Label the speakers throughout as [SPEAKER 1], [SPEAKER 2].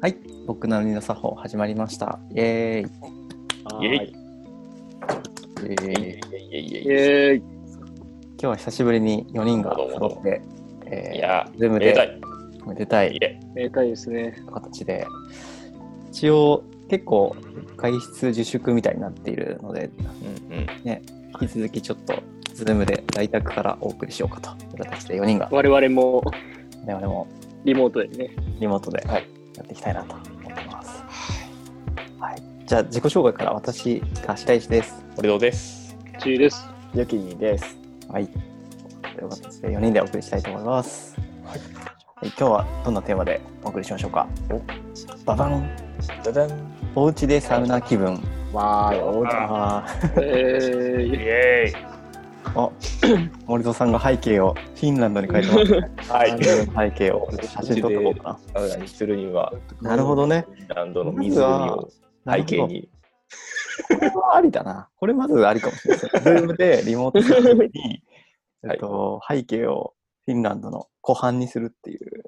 [SPEAKER 1] はい、僕なのにの作法始まりました。イエーイ。
[SPEAKER 2] イェイ
[SPEAKER 3] はい
[SPEAKER 1] イエーイ
[SPEAKER 2] いやいやい
[SPEAKER 3] イ
[SPEAKER 2] やい
[SPEAKER 3] エーイ
[SPEAKER 1] 今日は久しぶりに4人が
[SPEAKER 2] どうもどうも
[SPEAKER 1] 揃って、
[SPEAKER 2] や。い
[SPEAKER 1] え
[SPEAKER 2] や
[SPEAKER 1] ー、、ズーム
[SPEAKER 2] めでた
[SPEAKER 1] で
[SPEAKER 2] い。
[SPEAKER 1] めでた
[SPEAKER 2] い
[SPEAKER 1] い
[SPEAKER 2] え。
[SPEAKER 3] めでたいですね。
[SPEAKER 1] 形で、一応結構外出自粛みたいになっているので、
[SPEAKER 2] うんうん。
[SPEAKER 1] 引き続きちょっとズームで在宅からお送りしようかという形で4人が
[SPEAKER 3] 我々も
[SPEAKER 1] 我々も
[SPEAKER 3] リモートでね。
[SPEAKER 1] リモートで
[SPEAKER 2] は
[SPEAKER 1] や
[SPEAKER 2] い
[SPEAKER 1] っていきたいなと思ってます。はい、じゃあ自己紹介から私、柏石です。
[SPEAKER 2] 森戸です。
[SPEAKER 3] ちいです。
[SPEAKER 4] ゆきにです。
[SPEAKER 1] はい。という形で4人でお送りしたいと思います。はい、今日はどんなテーマでお送りしましょうか。ババン
[SPEAKER 2] ダダン。
[SPEAKER 1] おうちでサウナ気分。
[SPEAKER 4] わーい、おうち
[SPEAKER 1] あ
[SPEAKER 3] え
[SPEAKER 2] イ
[SPEAKER 3] ーイ、
[SPEAKER 2] エ
[SPEAKER 1] ーあ森戸さんが背景をフィンランドに書いてます、ね。
[SPEAKER 2] ーイ。は
[SPEAKER 1] フィ
[SPEAKER 2] い。
[SPEAKER 1] ンランドの背景を写真撮っておこうか
[SPEAKER 2] サウナにするには、
[SPEAKER 1] な。なるほどね。
[SPEAKER 2] フィンランドの湖を背景に。
[SPEAKER 1] なるほど。これはありだな。これまずありかもしれないですね。ズームでリモートするため に、
[SPEAKER 2] はい
[SPEAKER 1] えっと、背景をフィンランドの湖畔にするっていう。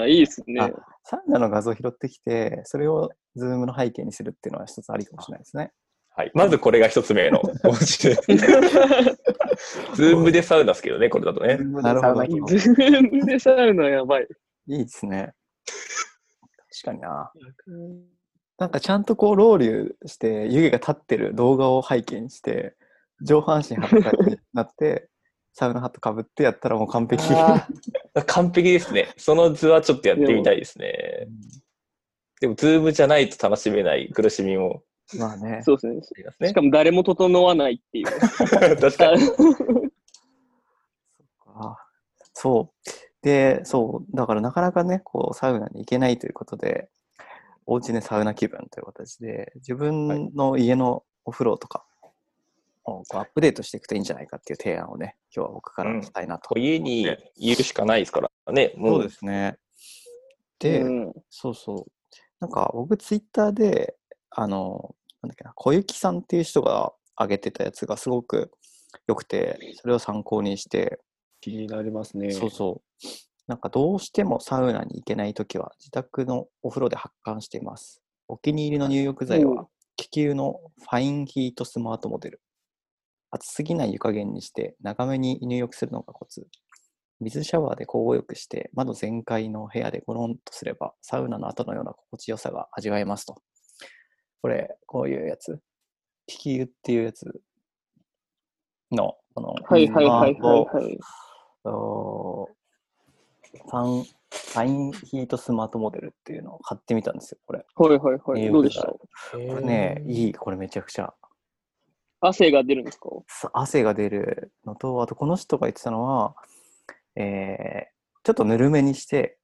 [SPEAKER 3] あいいですね
[SPEAKER 1] あ。サウナの画像を拾ってきて、それをズームの背景にするっていうのは一つありかもしれないですね。
[SPEAKER 2] はい。まずこれが一つ 目の。おうちで。ズームでサウナですけどね、これだとね。
[SPEAKER 1] なるほど。
[SPEAKER 4] 気分
[SPEAKER 1] い
[SPEAKER 3] ズームでサウナやばい。
[SPEAKER 1] いですね。確かにな。なんかちゃんとこう、ロウリュして、湯気が立ってる動画を背景にして、上半身裸になって、サウナハットかぶってやったらもう完璧。
[SPEAKER 2] あー完璧ですね。その図はちょっとやってみたいですね。でも、ズームじゃないと楽しめない苦しみも
[SPEAKER 1] まあね。
[SPEAKER 3] そうですね。
[SPEAKER 2] あります
[SPEAKER 3] し
[SPEAKER 2] ね。
[SPEAKER 3] かも誰も整わないっていう。
[SPEAKER 2] 確かに。
[SPEAKER 1] あそう。で、そう。だからなかなかね、こう、サウナに行けないということで、おうちでサウナ気分という形で、自分の家のお風呂とかをこうアップデートしていくといいんじゃないかっていう提案をね、今日は僕からしたいなと。
[SPEAKER 2] 家にいるしかないですからね。
[SPEAKER 1] そう
[SPEAKER 2] も
[SPEAKER 1] で
[SPEAKER 2] う、
[SPEAKER 1] すね。で、
[SPEAKER 3] うん
[SPEAKER 1] そうそう。なんか僕、ツイッターで、あの、なんだっけな、小雪さんっていう人が上げてたやつがすごく良くて、それを参考にして、
[SPEAKER 4] 気になりますね。
[SPEAKER 1] そうそう。なんかどうしてもサウナに行けないときは自宅のお風呂で発汗しています。お気に入りの入浴剤
[SPEAKER 3] お
[SPEAKER 1] は気球のファインヒートスマートモデル。暑すぎない湯加減にして長めに入浴するのがコツ。水シャワーで交互浴して窓全開の部屋でゴロンとすればサウナの後のような心地よさが味わえますと。これ、こういうやつ。気球っていうやつの、この、
[SPEAKER 3] はいはいはいはい、はい。
[SPEAKER 1] とファン、ファインヒートスマートモデルっていうのを買ってみたんですよ、これ。
[SPEAKER 3] はいはいはい。
[SPEAKER 1] 入
[SPEAKER 3] どう
[SPEAKER 1] 浴
[SPEAKER 3] でし
[SPEAKER 1] 剤
[SPEAKER 3] た
[SPEAKER 1] これね、いい、これめちゃくちゃ。
[SPEAKER 3] 汗が出るんですか
[SPEAKER 1] さ汗が出るのと、あとこの人が言ってたのは、えーちょっとぬるめにして、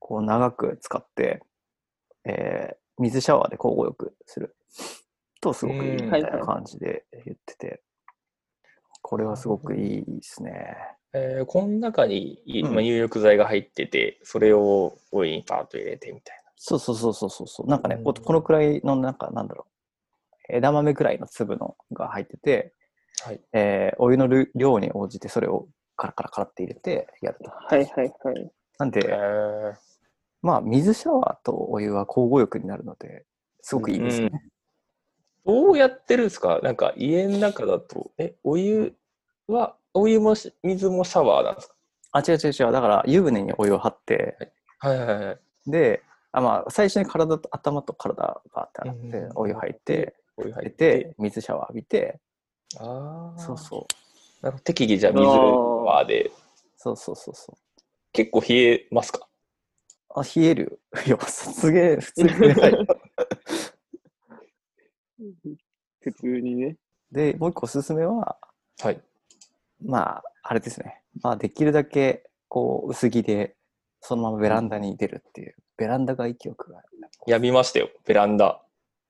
[SPEAKER 1] こう長く使って、えー水シャワーで交互浴するとすごくいいみたいな感じで言ってて、これはすごくいいですね。
[SPEAKER 2] えーこの中にい
[SPEAKER 1] うん
[SPEAKER 2] まあ入浴剤が入ってて、それをお湯にパーッと入れてみたい
[SPEAKER 1] そうそうそうそうそうそう。なんかね、こ
[SPEAKER 2] うん
[SPEAKER 1] このくらいの、なんか、なんだろう。枝豆くらいの粒のが入ってて、
[SPEAKER 2] な。はい。
[SPEAKER 1] えーお湯のる量に応じてそれをカラカラカラって入れてやると。
[SPEAKER 3] はいはいはい。
[SPEAKER 1] なんで、まあ、水シャワーとお湯は交互浴になるので、すごくいいですね。
[SPEAKER 2] どうやってるんですかなんか家の中だと、え、お湯は、お湯もし水もシャワーなんですか
[SPEAKER 1] あ、違う違う違う。だから、湯船にお湯を張って、
[SPEAKER 2] はいはいはい。
[SPEAKER 1] で、あまあ、最初に体と頭と体がバーって洗っ
[SPEAKER 2] うん
[SPEAKER 1] て
[SPEAKER 2] うん、
[SPEAKER 1] お湯入って、
[SPEAKER 2] お湯入
[SPEAKER 1] 出
[SPEAKER 2] ってて。、
[SPEAKER 1] 水シャワー浴びて、
[SPEAKER 2] ああ。
[SPEAKER 1] そうそう。
[SPEAKER 2] う。なんか適宜じゃあ水はで、
[SPEAKER 1] そうそうそうそう。
[SPEAKER 2] 結構冷えますか
[SPEAKER 1] あ、冷えるよ。 すげえ、普通に冷 たい。
[SPEAKER 3] 普通にね。
[SPEAKER 1] で、もう一個おすすめは、
[SPEAKER 2] はい。
[SPEAKER 1] まあ、あれですね。まあ、できるだけ、こう、薄着で、そのままベランダに出るっていう、ベランダ外気浴が、
[SPEAKER 2] やみましたよ、ベランダ。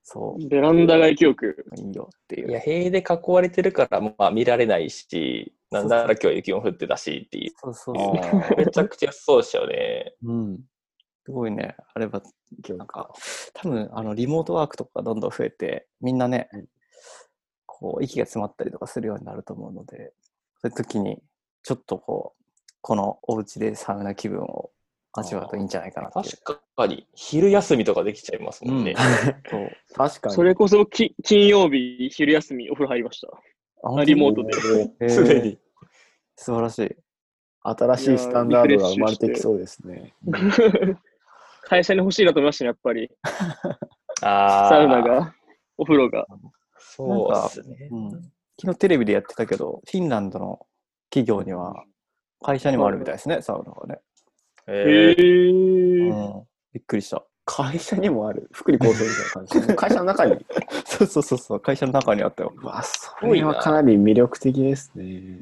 [SPEAKER 1] そ
[SPEAKER 3] ベランダ外記憶。
[SPEAKER 1] う、いいよってい
[SPEAKER 2] いや、
[SPEAKER 1] う。
[SPEAKER 2] 塀で囲われてるから、まあ見られないし、なんなら今日雪も降ってたしっていう。
[SPEAKER 1] そうそう
[SPEAKER 4] あ
[SPEAKER 1] そ
[SPEAKER 4] ー
[SPEAKER 2] めちゃくちゃそうでしたよね。
[SPEAKER 1] う。うん。すごいね、あれば、なんか、多分、あの、リモートワークとかどんどん増えて、みんなね
[SPEAKER 4] うん、
[SPEAKER 1] こう、息が詰まったりとかするようになると思うので、そういう時に、ちょっとこう、このお家でサウナ気分を味わうといいんじゃないかなっていう。
[SPEAKER 2] 確かに、昼休みとかできちゃいますもんね。
[SPEAKER 1] そう
[SPEAKER 4] 確かに。
[SPEAKER 3] それこそき金曜日、昼休み、お風呂入りました。
[SPEAKER 1] あ本当に
[SPEAKER 3] リモートで
[SPEAKER 1] へー
[SPEAKER 2] すでに。
[SPEAKER 1] 素晴らしい。
[SPEAKER 4] 新しいスタンダードが生まれてきそうですね。
[SPEAKER 3] 会社に欲しいなと思いましたね、やっぱり。
[SPEAKER 2] ああ。
[SPEAKER 3] サウナ。が、お風呂が。
[SPEAKER 2] そうですね。
[SPEAKER 1] うん、昨日テレビでやってたけど、フィンランドの企業には、会社にもあるみたいですね、サウナがね。
[SPEAKER 3] へ
[SPEAKER 2] え
[SPEAKER 1] う
[SPEAKER 3] ー。
[SPEAKER 1] ん、びっくりした。
[SPEAKER 4] 会社にもある。福利厚生みたい な感じ。会社の中に。
[SPEAKER 1] そうそうそうそう、会社の中にあったよ。
[SPEAKER 4] うわ、それはかなり魅力的ですね。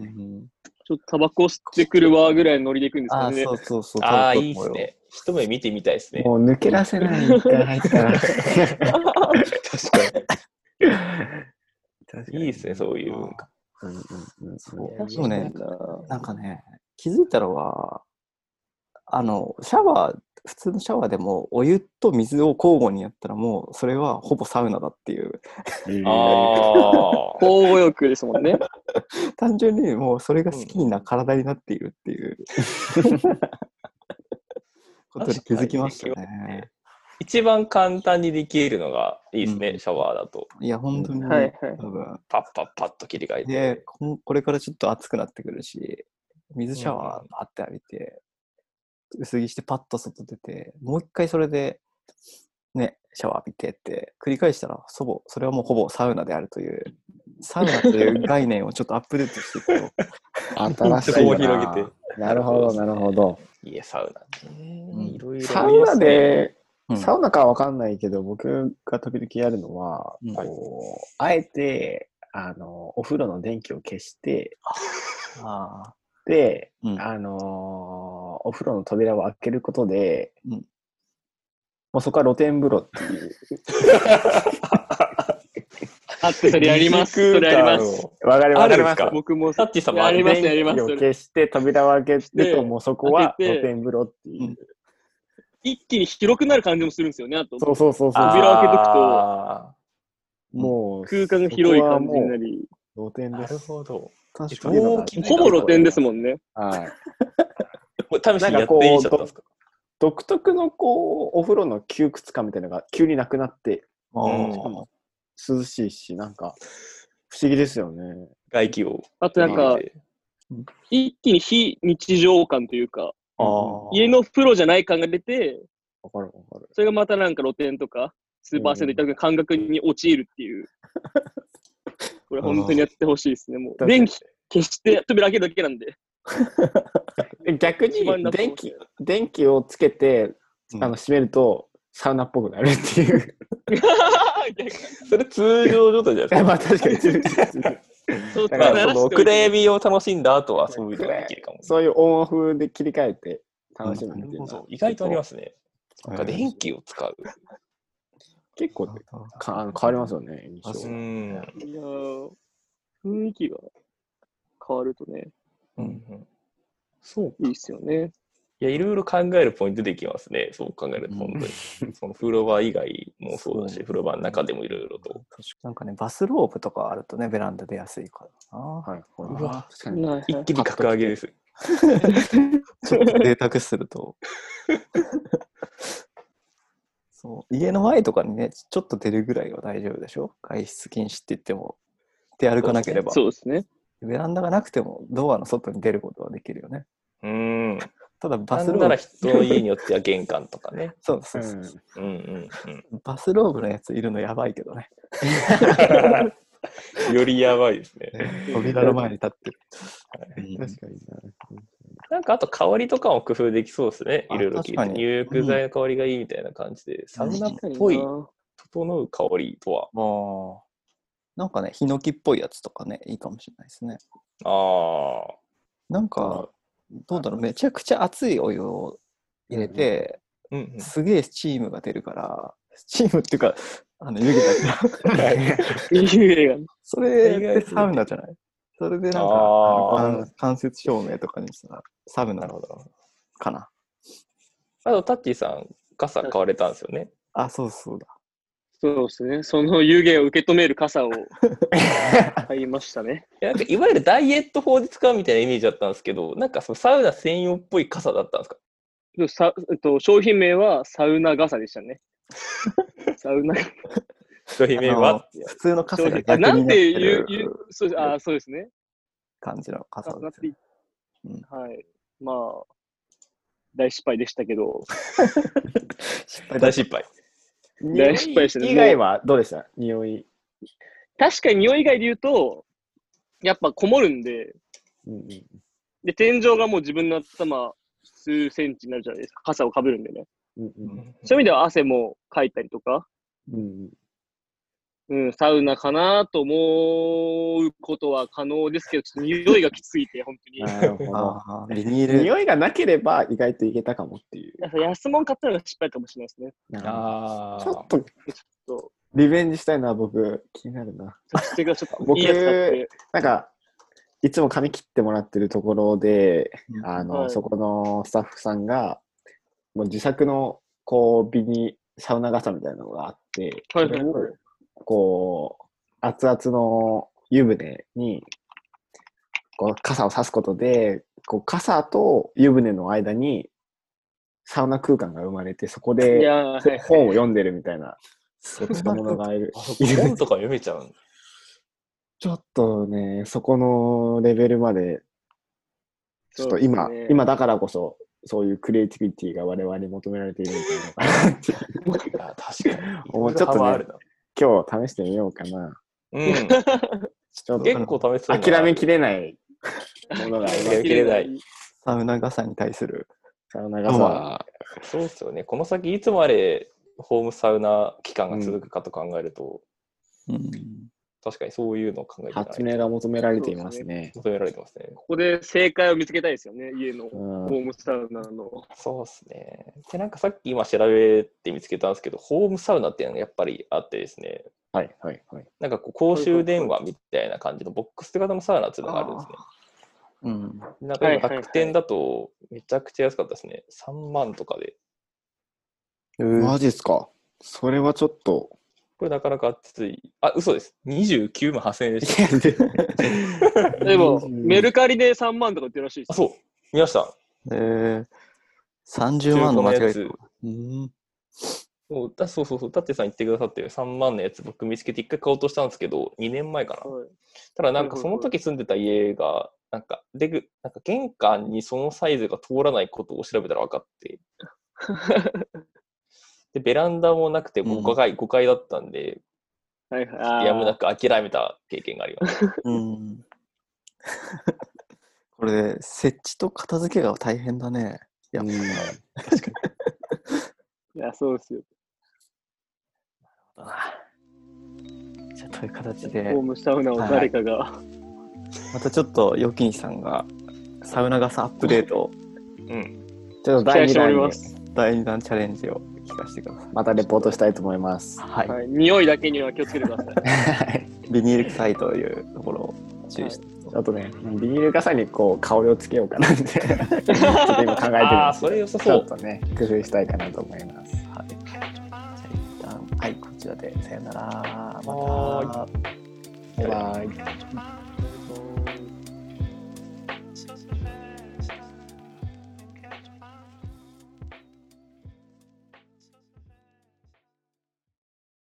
[SPEAKER 3] ちょっとタバコ吸ってくるわぐらいのノリで行くんです
[SPEAKER 1] あ
[SPEAKER 3] か
[SPEAKER 1] あ、
[SPEAKER 3] ね
[SPEAKER 1] そ。うそうそう。
[SPEAKER 2] ー、ああ、
[SPEAKER 1] 多
[SPEAKER 2] い
[SPEAKER 1] 分そ
[SPEAKER 2] いで
[SPEAKER 1] う思うよ。
[SPEAKER 2] すね。一目見てみたいですね。
[SPEAKER 4] もう抜け出せない。一回入ったら。
[SPEAKER 2] 確か
[SPEAKER 1] 確か
[SPEAKER 2] に。
[SPEAKER 1] に
[SPEAKER 2] いいですね、そういう文化。
[SPEAKER 4] うんうんうん
[SPEAKER 1] そう
[SPEAKER 4] う
[SPEAKER 1] でもね
[SPEAKER 3] いいな
[SPEAKER 1] なんかね、気づいたのは、あの、シャワー、普通のシャワーでも、お湯と水を交互にやったら、もう、それはほぼサウナだっていう。
[SPEAKER 4] ん
[SPEAKER 2] ああ。
[SPEAKER 3] 交互浴ですもんね。
[SPEAKER 1] 単純にもう、それが好きな体になっているっていう、ことに気づきましたね。
[SPEAKER 2] 一番簡単にできるのがいいですね、シャワーだと。
[SPEAKER 1] いや、本当に、
[SPEAKER 3] はいはい。
[SPEAKER 1] 多分。
[SPEAKER 2] パッパッパッと切り替えて。
[SPEAKER 1] で、こんこれからちょっと暑くなってくるし、水シャワーあって浴びて、薄着してパッと外出て、もう一回それで、ね、シャワー浴びてって、繰り返したら、そぼ、それはもうほぼサウナであるという、サウナという概念をちょっとアップデートしていくと、
[SPEAKER 4] 新しいな。
[SPEAKER 2] そこを広げて
[SPEAKER 4] なるほど、なるほど。
[SPEAKER 2] いや、サウナね。
[SPEAKER 1] うん
[SPEAKER 2] いろいろ。
[SPEAKER 4] サウナ。で、
[SPEAKER 1] うん
[SPEAKER 4] サウナかはわかんないけど、僕が時々やるのは、
[SPEAKER 1] うん
[SPEAKER 4] こう、あえて、あの、お風呂の電気を消して、
[SPEAKER 1] ああ
[SPEAKER 4] で、
[SPEAKER 1] うん
[SPEAKER 4] あのーお風呂の扉を開けることで、
[SPEAKER 1] うん
[SPEAKER 4] もうそこは露天風呂っていう。
[SPEAKER 3] あって、それやります。それやります。
[SPEAKER 4] わかり
[SPEAKER 2] あ
[SPEAKER 4] わか
[SPEAKER 2] る
[SPEAKER 4] り
[SPEAKER 2] んで
[SPEAKER 4] ますす
[SPEAKER 2] か
[SPEAKER 3] 僕も、
[SPEAKER 2] タッチさんもあ
[SPEAKER 3] や
[SPEAKER 2] る
[SPEAKER 3] りますやります
[SPEAKER 4] 電気を消して、扉を開け
[SPEAKER 3] で
[SPEAKER 4] て、もうそこは
[SPEAKER 3] 開けて
[SPEAKER 4] 露天風呂ってい
[SPEAKER 1] う
[SPEAKER 4] う。
[SPEAKER 1] ん
[SPEAKER 3] 一気に広くなる感じもするんですよね、あと。
[SPEAKER 4] そうそうそうそう。
[SPEAKER 3] 扉を開けとくと
[SPEAKER 2] あ
[SPEAKER 4] もう、
[SPEAKER 3] 空間が広い
[SPEAKER 4] そこは
[SPEAKER 3] 感
[SPEAKER 4] も
[SPEAKER 3] じに
[SPEAKER 4] う
[SPEAKER 3] なり。
[SPEAKER 4] 露
[SPEAKER 2] ー
[SPEAKER 4] 天で
[SPEAKER 2] なる
[SPEAKER 4] す。
[SPEAKER 2] ほど。
[SPEAKER 1] 確か
[SPEAKER 4] かに
[SPEAKER 1] に。
[SPEAKER 4] ど
[SPEAKER 2] 大きな
[SPEAKER 3] ほぼ露天です
[SPEAKER 2] も
[SPEAKER 3] もんね。
[SPEAKER 4] はい。
[SPEAKER 2] う試しにやっていいちゃったんですか
[SPEAKER 4] 独特のこうお風呂の窮屈感みたいなのが急になくなって
[SPEAKER 2] うん
[SPEAKER 1] ああ
[SPEAKER 4] 涼しいしなんか不思議ですよね。
[SPEAKER 2] 外気を。
[SPEAKER 3] あとなんか、一気に非日常感というか、
[SPEAKER 1] ああ
[SPEAKER 3] 家の風呂じゃない感が出て、
[SPEAKER 4] わかるわかる。
[SPEAKER 3] それがまたなんか露店とか、スーパー銭湯行った時の感覚に陥るっていう。これ本当にやってほしいですね。もう
[SPEAKER 4] うん
[SPEAKER 3] 電気消して扉開けるだけなんで。
[SPEAKER 4] え逆
[SPEAKER 3] 一番
[SPEAKER 4] に
[SPEAKER 3] 楽
[SPEAKER 4] 電気電気をつけてあの閉めるとサウナっぽくなるって いう。
[SPEAKER 2] それ通常状態じゃないで
[SPEAKER 4] え
[SPEAKER 2] す
[SPEAKER 4] ま
[SPEAKER 2] か。
[SPEAKER 4] あ確かに
[SPEAKER 3] そう
[SPEAKER 4] だ
[SPEAKER 2] ま
[SPEAKER 4] か
[SPEAKER 2] あ、
[SPEAKER 4] ら
[SPEAKER 2] その暗闇を楽しんだ後はそういうのができるかも。
[SPEAKER 4] そういうオンオフで切り替えて楽しむっていうの
[SPEAKER 2] そ
[SPEAKER 4] は
[SPEAKER 2] う意外とありますね。
[SPEAKER 1] うん
[SPEAKER 2] なんか電気を使う。
[SPEAKER 4] 結構かあの変わりますよね印象
[SPEAKER 1] あそう
[SPEAKER 2] うん。
[SPEAKER 3] いやー雰囲気が変わるとね、
[SPEAKER 2] うんそう。
[SPEAKER 3] いいっすよね。
[SPEAKER 2] いや、いろいろ考えるポイントできますね。そう考える
[SPEAKER 1] う
[SPEAKER 2] と、
[SPEAKER 1] ん
[SPEAKER 2] 本当に。その風呂場以外もそうだし、
[SPEAKER 1] そう
[SPEAKER 2] 風呂場の中でもいろいろと。
[SPEAKER 1] なんかね、バスローブとかあるとね、ベランダ出やすいからな。
[SPEAKER 4] はい。ほら
[SPEAKER 2] うわ
[SPEAKER 4] 確かに
[SPEAKER 3] はい
[SPEAKER 2] 一気に格上げです。
[SPEAKER 1] ちょっと贅沢すると。 そう家の前とかにね、ちょっと出るぐらいは大丈夫でしょ外出禁止って言っても、出歩かなければ。
[SPEAKER 3] そうですね。
[SPEAKER 1] ベランダがなくても、ドアの外に出ることはできるよね。
[SPEAKER 2] うん。
[SPEAKER 1] ただ、バ
[SPEAKER 2] な
[SPEAKER 1] ス
[SPEAKER 2] ん
[SPEAKER 1] ロー
[SPEAKER 2] なら
[SPEAKER 1] ブ、
[SPEAKER 2] 人の家によっては玄関とかね。
[SPEAKER 1] そうそううそう、
[SPEAKER 2] うん
[SPEAKER 4] ん
[SPEAKER 2] うん うん。
[SPEAKER 1] バスローブのやついるのやばいけどね。
[SPEAKER 2] よりやばいですね。
[SPEAKER 1] 扉の前に立ってる。
[SPEAKER 4] 確かにな
[SPEAKER 2] なんかあと香りとかも工夫できそうですね。
[SPEAKER 1] あ
[SPEAKER 2] いろいろ聞
[SPEAKER 1] 確
[SPEAKER 2] い
[SPEAKER 1] か
[SPEAKER 2] て。
[SPEAKER 1] に
[SPEAKER 2] 入浴剤の香りがいいみたいな感じで、サウナっ
[SPEAKER 3] 確かにな
[SPEAKER 2] ぽい、整う香りとは。
[SPEAKER 1] もう、なんかね、ヒノキっぽいやつとかね、いいかもしれないですね。
[SPEAKER 2] ああ。
[SPEAKER 1] なんか、どうだろう、めちゃくちゃ熱いお湯を入れて、
[SPEAKER 2] うんうん。
[SPEAKER 1] すげえスチームが出るから、スチームっていうか、あの湯気だから、
[SPEAKER 3] いい映画。
[SPEAKER 1] それでサウナじゃないそれでなんか、あの
[SPEAKER 2] あー
[SPEAKER 1] 関関節照明とかにしたら、サウナ
[SPEAKER 2] なる
[SPEAKER 1] の
[SPEAKER 2] ほど。
[SPEAKER 1] かな。
[SPEAKER 2] あと、タッキーさん、傘買われたんですよね。
[SPEAKER 1] あ、そうそうだ。
[SPEAKER 3] そうですね。その湯気を受け止める傘を買いましたね。
[SPEAKER 2] いやなんかいわゆるダイエット法で使うみたいなイメージだったんですけど、なんかそのサウナ専用っぽい傘だったんですか
[SPEAKER 3] そうさえっと、商品名はサウナ傘でし たね。サウナ傘。
[SPEAKER 2] 一人目
[SPEAKER 1] あの
[SPEAKER 2] は、
[SPEAKER 1] 普通の傘
[SPEAKER 3] 商
[SPEAKER 1] が
[SPEAKER 3] 品あ
[SPEAKER 1] 逆
[SPEAKER 3] な
[SPEAKER 1] に
[SPEAKER 3] ん
[SPEAKER 1] なって
[SPEAKER 3] 言う
[SPEAKER 1] て
[SPEAKER 3] 言う
[SPEAKER 1] る
[SPEAKER 3] そう、あそうですね。
[SPEAKER 1] 感じの傘
[SPEAKER 3] 傘
[SPEAKER 1] で
[SPEAKER 3] っ
[SPEAKER 1] す
[SPEAKER 3] て、
[SPEAKER 1] うん
[SPEAKER 3] はい。まあ、大失敗でしたけど、
[SPEAKER 1] 失敗だ
[SPEAKER 2] 大失敗。
[SPEAKER 4] 匂い
[SPEAKER 3] 大失敗したね
[SPEAKER 4] 以外はどうでした匂い。
[SPEAKER 3] 確かに匂い以外で言うと、やっぱこもるんで、
[SPEAKER 4] うんうん
[SPEAKER 3] で、天井がもう自分の頭数センチになるじゃないですか。傘をかぶるんでね。
[SPEAKER 4] うんう
[SPEAKER 1] うんん
[SPEAKER 3] そういう意味では汗もかいたりとか、
[SPEAKER 4] うん
[SPEAKER 3] うん、サウナかなと思うことは可能ですけど、ちょっと匂いがきつすぎて、本当に。
[SPEAKER 4] なるほど。
[SPEAKER 1] あービニール
[SPEAKER 4] 匂いがなければ意外といけたかもっていう。
[SPEAKER 3] なんか安物買ったのが失敗かもしれないですね。
[SPEAKER 2] あ
[SPEAKER 4] ちょっと
[SPEAKER 3] そう
[SPEAKER 4] リベンジしたいのは僕気になるな。
[SPEAKER 3] そしてがちょっと
[SPEAKER 4] 僕
[SPEAKER 3] いいやつ買って。
[SPEAKER 4] なんか、いつも髪切ってもらってるところで、
[SPEAKER 1] うん
[SPEAKER 4] あの、
[SPEAKER 3] はい
[SPEAKER 4] そこのスタッフさんが、もう自作のコンビニサウナ傘みたいなのがあって、
[SPEAKER 3] はいはいはい
[SPEAKER 4] それをこう、熱々の湯船に、こう、傘を差すことで、こう、傘と湯船の間に、サウナ空間が生まれて、そこ
[SPEAKER 3] い
[SPEAKER 4] で
[SPEAKER 3] やー、はい
[SPEAKER 4] 本を読んでるみたいな、
[SPEAKER 1] そ
[SPEAKER 4] 子供がいる
[SPEAKER 2] あ。そこ本とか読めちゃうんだ。
[SPEAKER 4] ちょっとね、そこのレベルまで、ちょっと今、
[SPEAKER 3] そうですね
[SPEAKER 4] 今だからこそ、そういうクリエイティビティが我々に求められているんじゃないかなっていう
[SPEAKER 2] あ確かに。
[SPEAKER 4] もうちょっとね
[SPEAKER 2] 幅あるな
[SPEAKER 4] 今日試してみようかな。
[SPEAKER 2] うん。
[SPEAKER 4] ちょっ
[SPEAKER 2] 結
[SPEAKER 4] と
[SPEAKER 2] 構試す
[SPEAKER 4] 諦めきれないものがあります
[SPEAKER 2] 諦め。きれない。
[SPEAKER 1] サウナ傘に対する。
[SPEAKER 4] サウナ傘。
[SPEAKER 2] そうですよね。この先、いつまでホームサウナ期間が続くかと考えると、
[SPEAKER 1] うん
[SPEAKER 2] 確かにそういうのを考えてない
[SPEAKER 4] 発明が求められていますね。
[SPEAKER 2] 求められてますね。
[SPEAKER 3] ここで正解を見つけたいですよね、家の
[SPEAKER 4] う
[SPEAKER 3] ホ
[SPEAKER 4] ん
[SPEAKER 3] ームサウナの。
[SPEAKER 2] そうですね。で、なんかさっき今調べて見つけたんですけど、ホームサウナっていうのがやっぱりあってですね、
[SPEAKER 4] はいはいはい。
[SPEAKER 2] なんかこう公衆電話みたいな感じのボックス型のサウナっていうのがあるんですね。
[SPEAKER 1] うん
[SPEAKER 2] なんか今
[SPEAKER 3] はいはいはい
[SPEAKER 2] 楽天だとめちゃくちゃ安かったですね。3万とかで。
[SPEAKER 4] マジっすか。それはちょっと。
[SPEAKER 2] これなかなかつい。あ、嘘です。29万8000円でした。
[SPEAKER 3] でも、
[SPEAKER 4] うん
[SPEAKER 3] メルカリで3万とか売ってるらしいで
[SPEAKER 2] あ、
[SPEAKER 3] すよ。
[SPEAKER 2] そう。見ました。
[SPEAKER 1] えー、30万の間違い
[SPEAKER 2] 中古のやつ
[SPEAKER 1] うん
[SPEAKER 2] そうだそうそうそう、舘さん言ってくださってる3万のやつ、僕見つけて1回買おうとしたんですけど、2年前かな。
[SPEAKER 3] はい
[SPEAKER 2] ただなんかその時住んでた家が、なんか出ぐ、なんか玄関にそのサイズが通らないことを調べたら分かって、でベランダもなくてもう5階、5階だったんで、
[SPEAKER 3] はいはい。
[SPEAKER 2] やむなく諦めた経験があります。
[SPEAKER 1] うん、 これ設置と片付けが大変だね。やっぱ
[SPEAKER 3] いや、そうですよ。
[SPEAKER 1] じゃあという形
[SPEAKER 3] ホ
[SPEAKER 1] で
[SPEAKER 3] ームサウナを誰かが。
[SPEAKER 1] またちょっとヨキンさんがサウナ傘アップデート
[SPEAKER 2] うん。
[SPEAKER 4] ちょっと
[SPEAKER 3] 期待
[SPEAKER 4] 第2
[SPEAKER 3] しており
[SPEAKER 4] 弾
[SPEAKER 3] ま。
[SPEAKER 4] です
[SPEAKER 1] 第2弾チャレンジを聞かせてください。
[SPEAKER 4] またレポートしたいと思いま す。
[SPEAKER 1] はい、
[SPEAKER 3] はい。匂いだけには気をつけてください。
[SPEAKER 1] ビニール臭いというところを注意して、
[SPEAKER 4] ちょっとね、ビニール傘にこう香りをつけようかなって、ちょっと今考えてるんですけど
[SPEAKER 2] ああ、それ良さ
[SPEAKER 4] ち
[SPEAKER 2] そ
[SPEAKER 4] ょっ
[SPEAKER 2] う。
[SPEAKER 4] とね、工夫したいかなと思います。
[SPEAKER 1] はい、じゃあ一旦はいこちらでさよならまた
[SPEAKER 2] はーい
[SPEAKER 4] バイバイ。